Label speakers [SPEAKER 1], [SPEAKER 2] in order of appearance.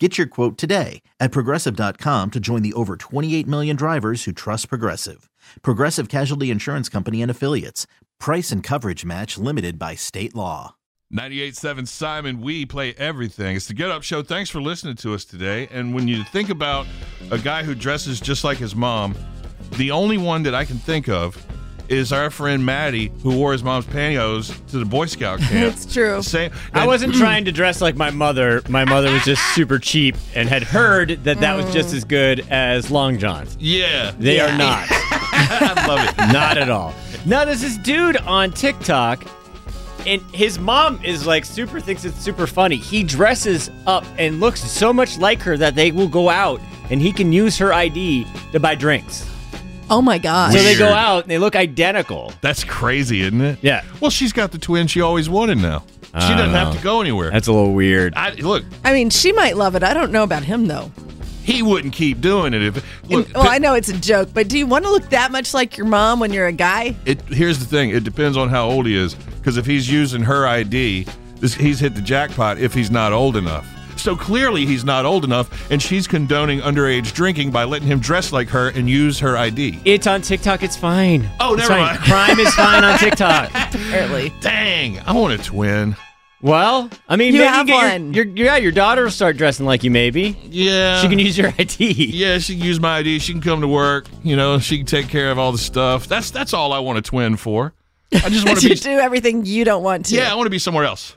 [SPEAKER 1] Get your quote today at progressive.com to join the over 28 million drivers who trust Progressive. Progressive Casualty Insurance Company and Affiliates. Price and coverage match limited by state law.
[SPEAKER 2] 98.7 Simon, we play everything. It's the Get Up Show. Thanks for listening to us today. And when you think about a guy who dresses just like his mom, the only one that I can think of is our friend Maddie, who wore his mom's pantyhose to the Boy Scout camp.
[SPEAKER 3] It's true.
[SPEAKER 2] Same,
[SPEAKER 4] I
[SPEAKER 2] and-
[SPEAKER 4] wasn't trying to dress like my mother. My mother was just super cheap and had heard that that was just as good as long johns.
[SPEAKER 2] Yeah,
[SPEAKER 4] They are not.
[SPEAKER 2] I love it.
[SPEAKER 4] Not at all. Now there's this dude on TikTok and his mom is like super thinks it's super funny. He dresses up and looks so much like her that they will go out and he can use her ID to buy drinks.
[SPEAKER 3] Oh my god.
[SPEAKER 4] So they go
[SPEAKER 2] Weird.
[SPEAKER 4] out and they look identical.
[SPEAKER 2] That's crazy, isn't it?
[SPEAKER 4] Yeah.
[SPEAKER 2] Well, she's got the twin she always wanted now. She
[SPEAKER 4] I
[SPEAKER 2] doesn't have
[SPEAKER 4] know.
[SPEAKER 2] to go anywhere.
[SPEAKER 4] That's a little weird.
[SPEAKER 2] I, look,
[SPEAKER 3] I mean, she might love it. I don't know about him though.
[SPEAKER 2] he wouldn't keep doing it if. Look,
[SPEAKER 3] well, I know it's a joke, but do you want to look that much like your mom when you're a guy?
[SPEAKER 2] it here's the thing it depends on how old he is because if he's using her id this, he's hit the jackpot if he's not old enough so clearly he's not old enough and she's condoning underage drinking by letting him dress like her and use her id
[SPEAKER 4] It's on TikTok. It's fine.
[SPEAKER 2] Oh,
[SPEAKER 4] It's
[SPEAKER 2] never
[SPEAKER 4] fine.
[SPEAKER 2] mind.
[SPEAKER 4] Crime is fine on TikTok.
[SPEAKER 3] Apparently.
[SPEAKER 2] dang i want a twin
[SPEAKER 4] Well, I mean,
[SPEAKER 3] You
[SPEAKER 4] maybe
[SPEAKER 3] have
[SPEAKER 4] get your-
[SPEAKER 3] one. Uh.
[SPEAKER 4] Your, your, yeah, your daughter will start dressing like you. Maybe
[SPEAKER 2] yeah
[SPEAKER 4] she can use your ID.
[SPEAKER 2] yeah she can use my id she can come to work you know she can take care of all the stuff that's that's all i want a twin for i just want to be
[SPEAKER 3] To do everything you don't want to.
[SPEAKER 2] yeah i want to be somewhere else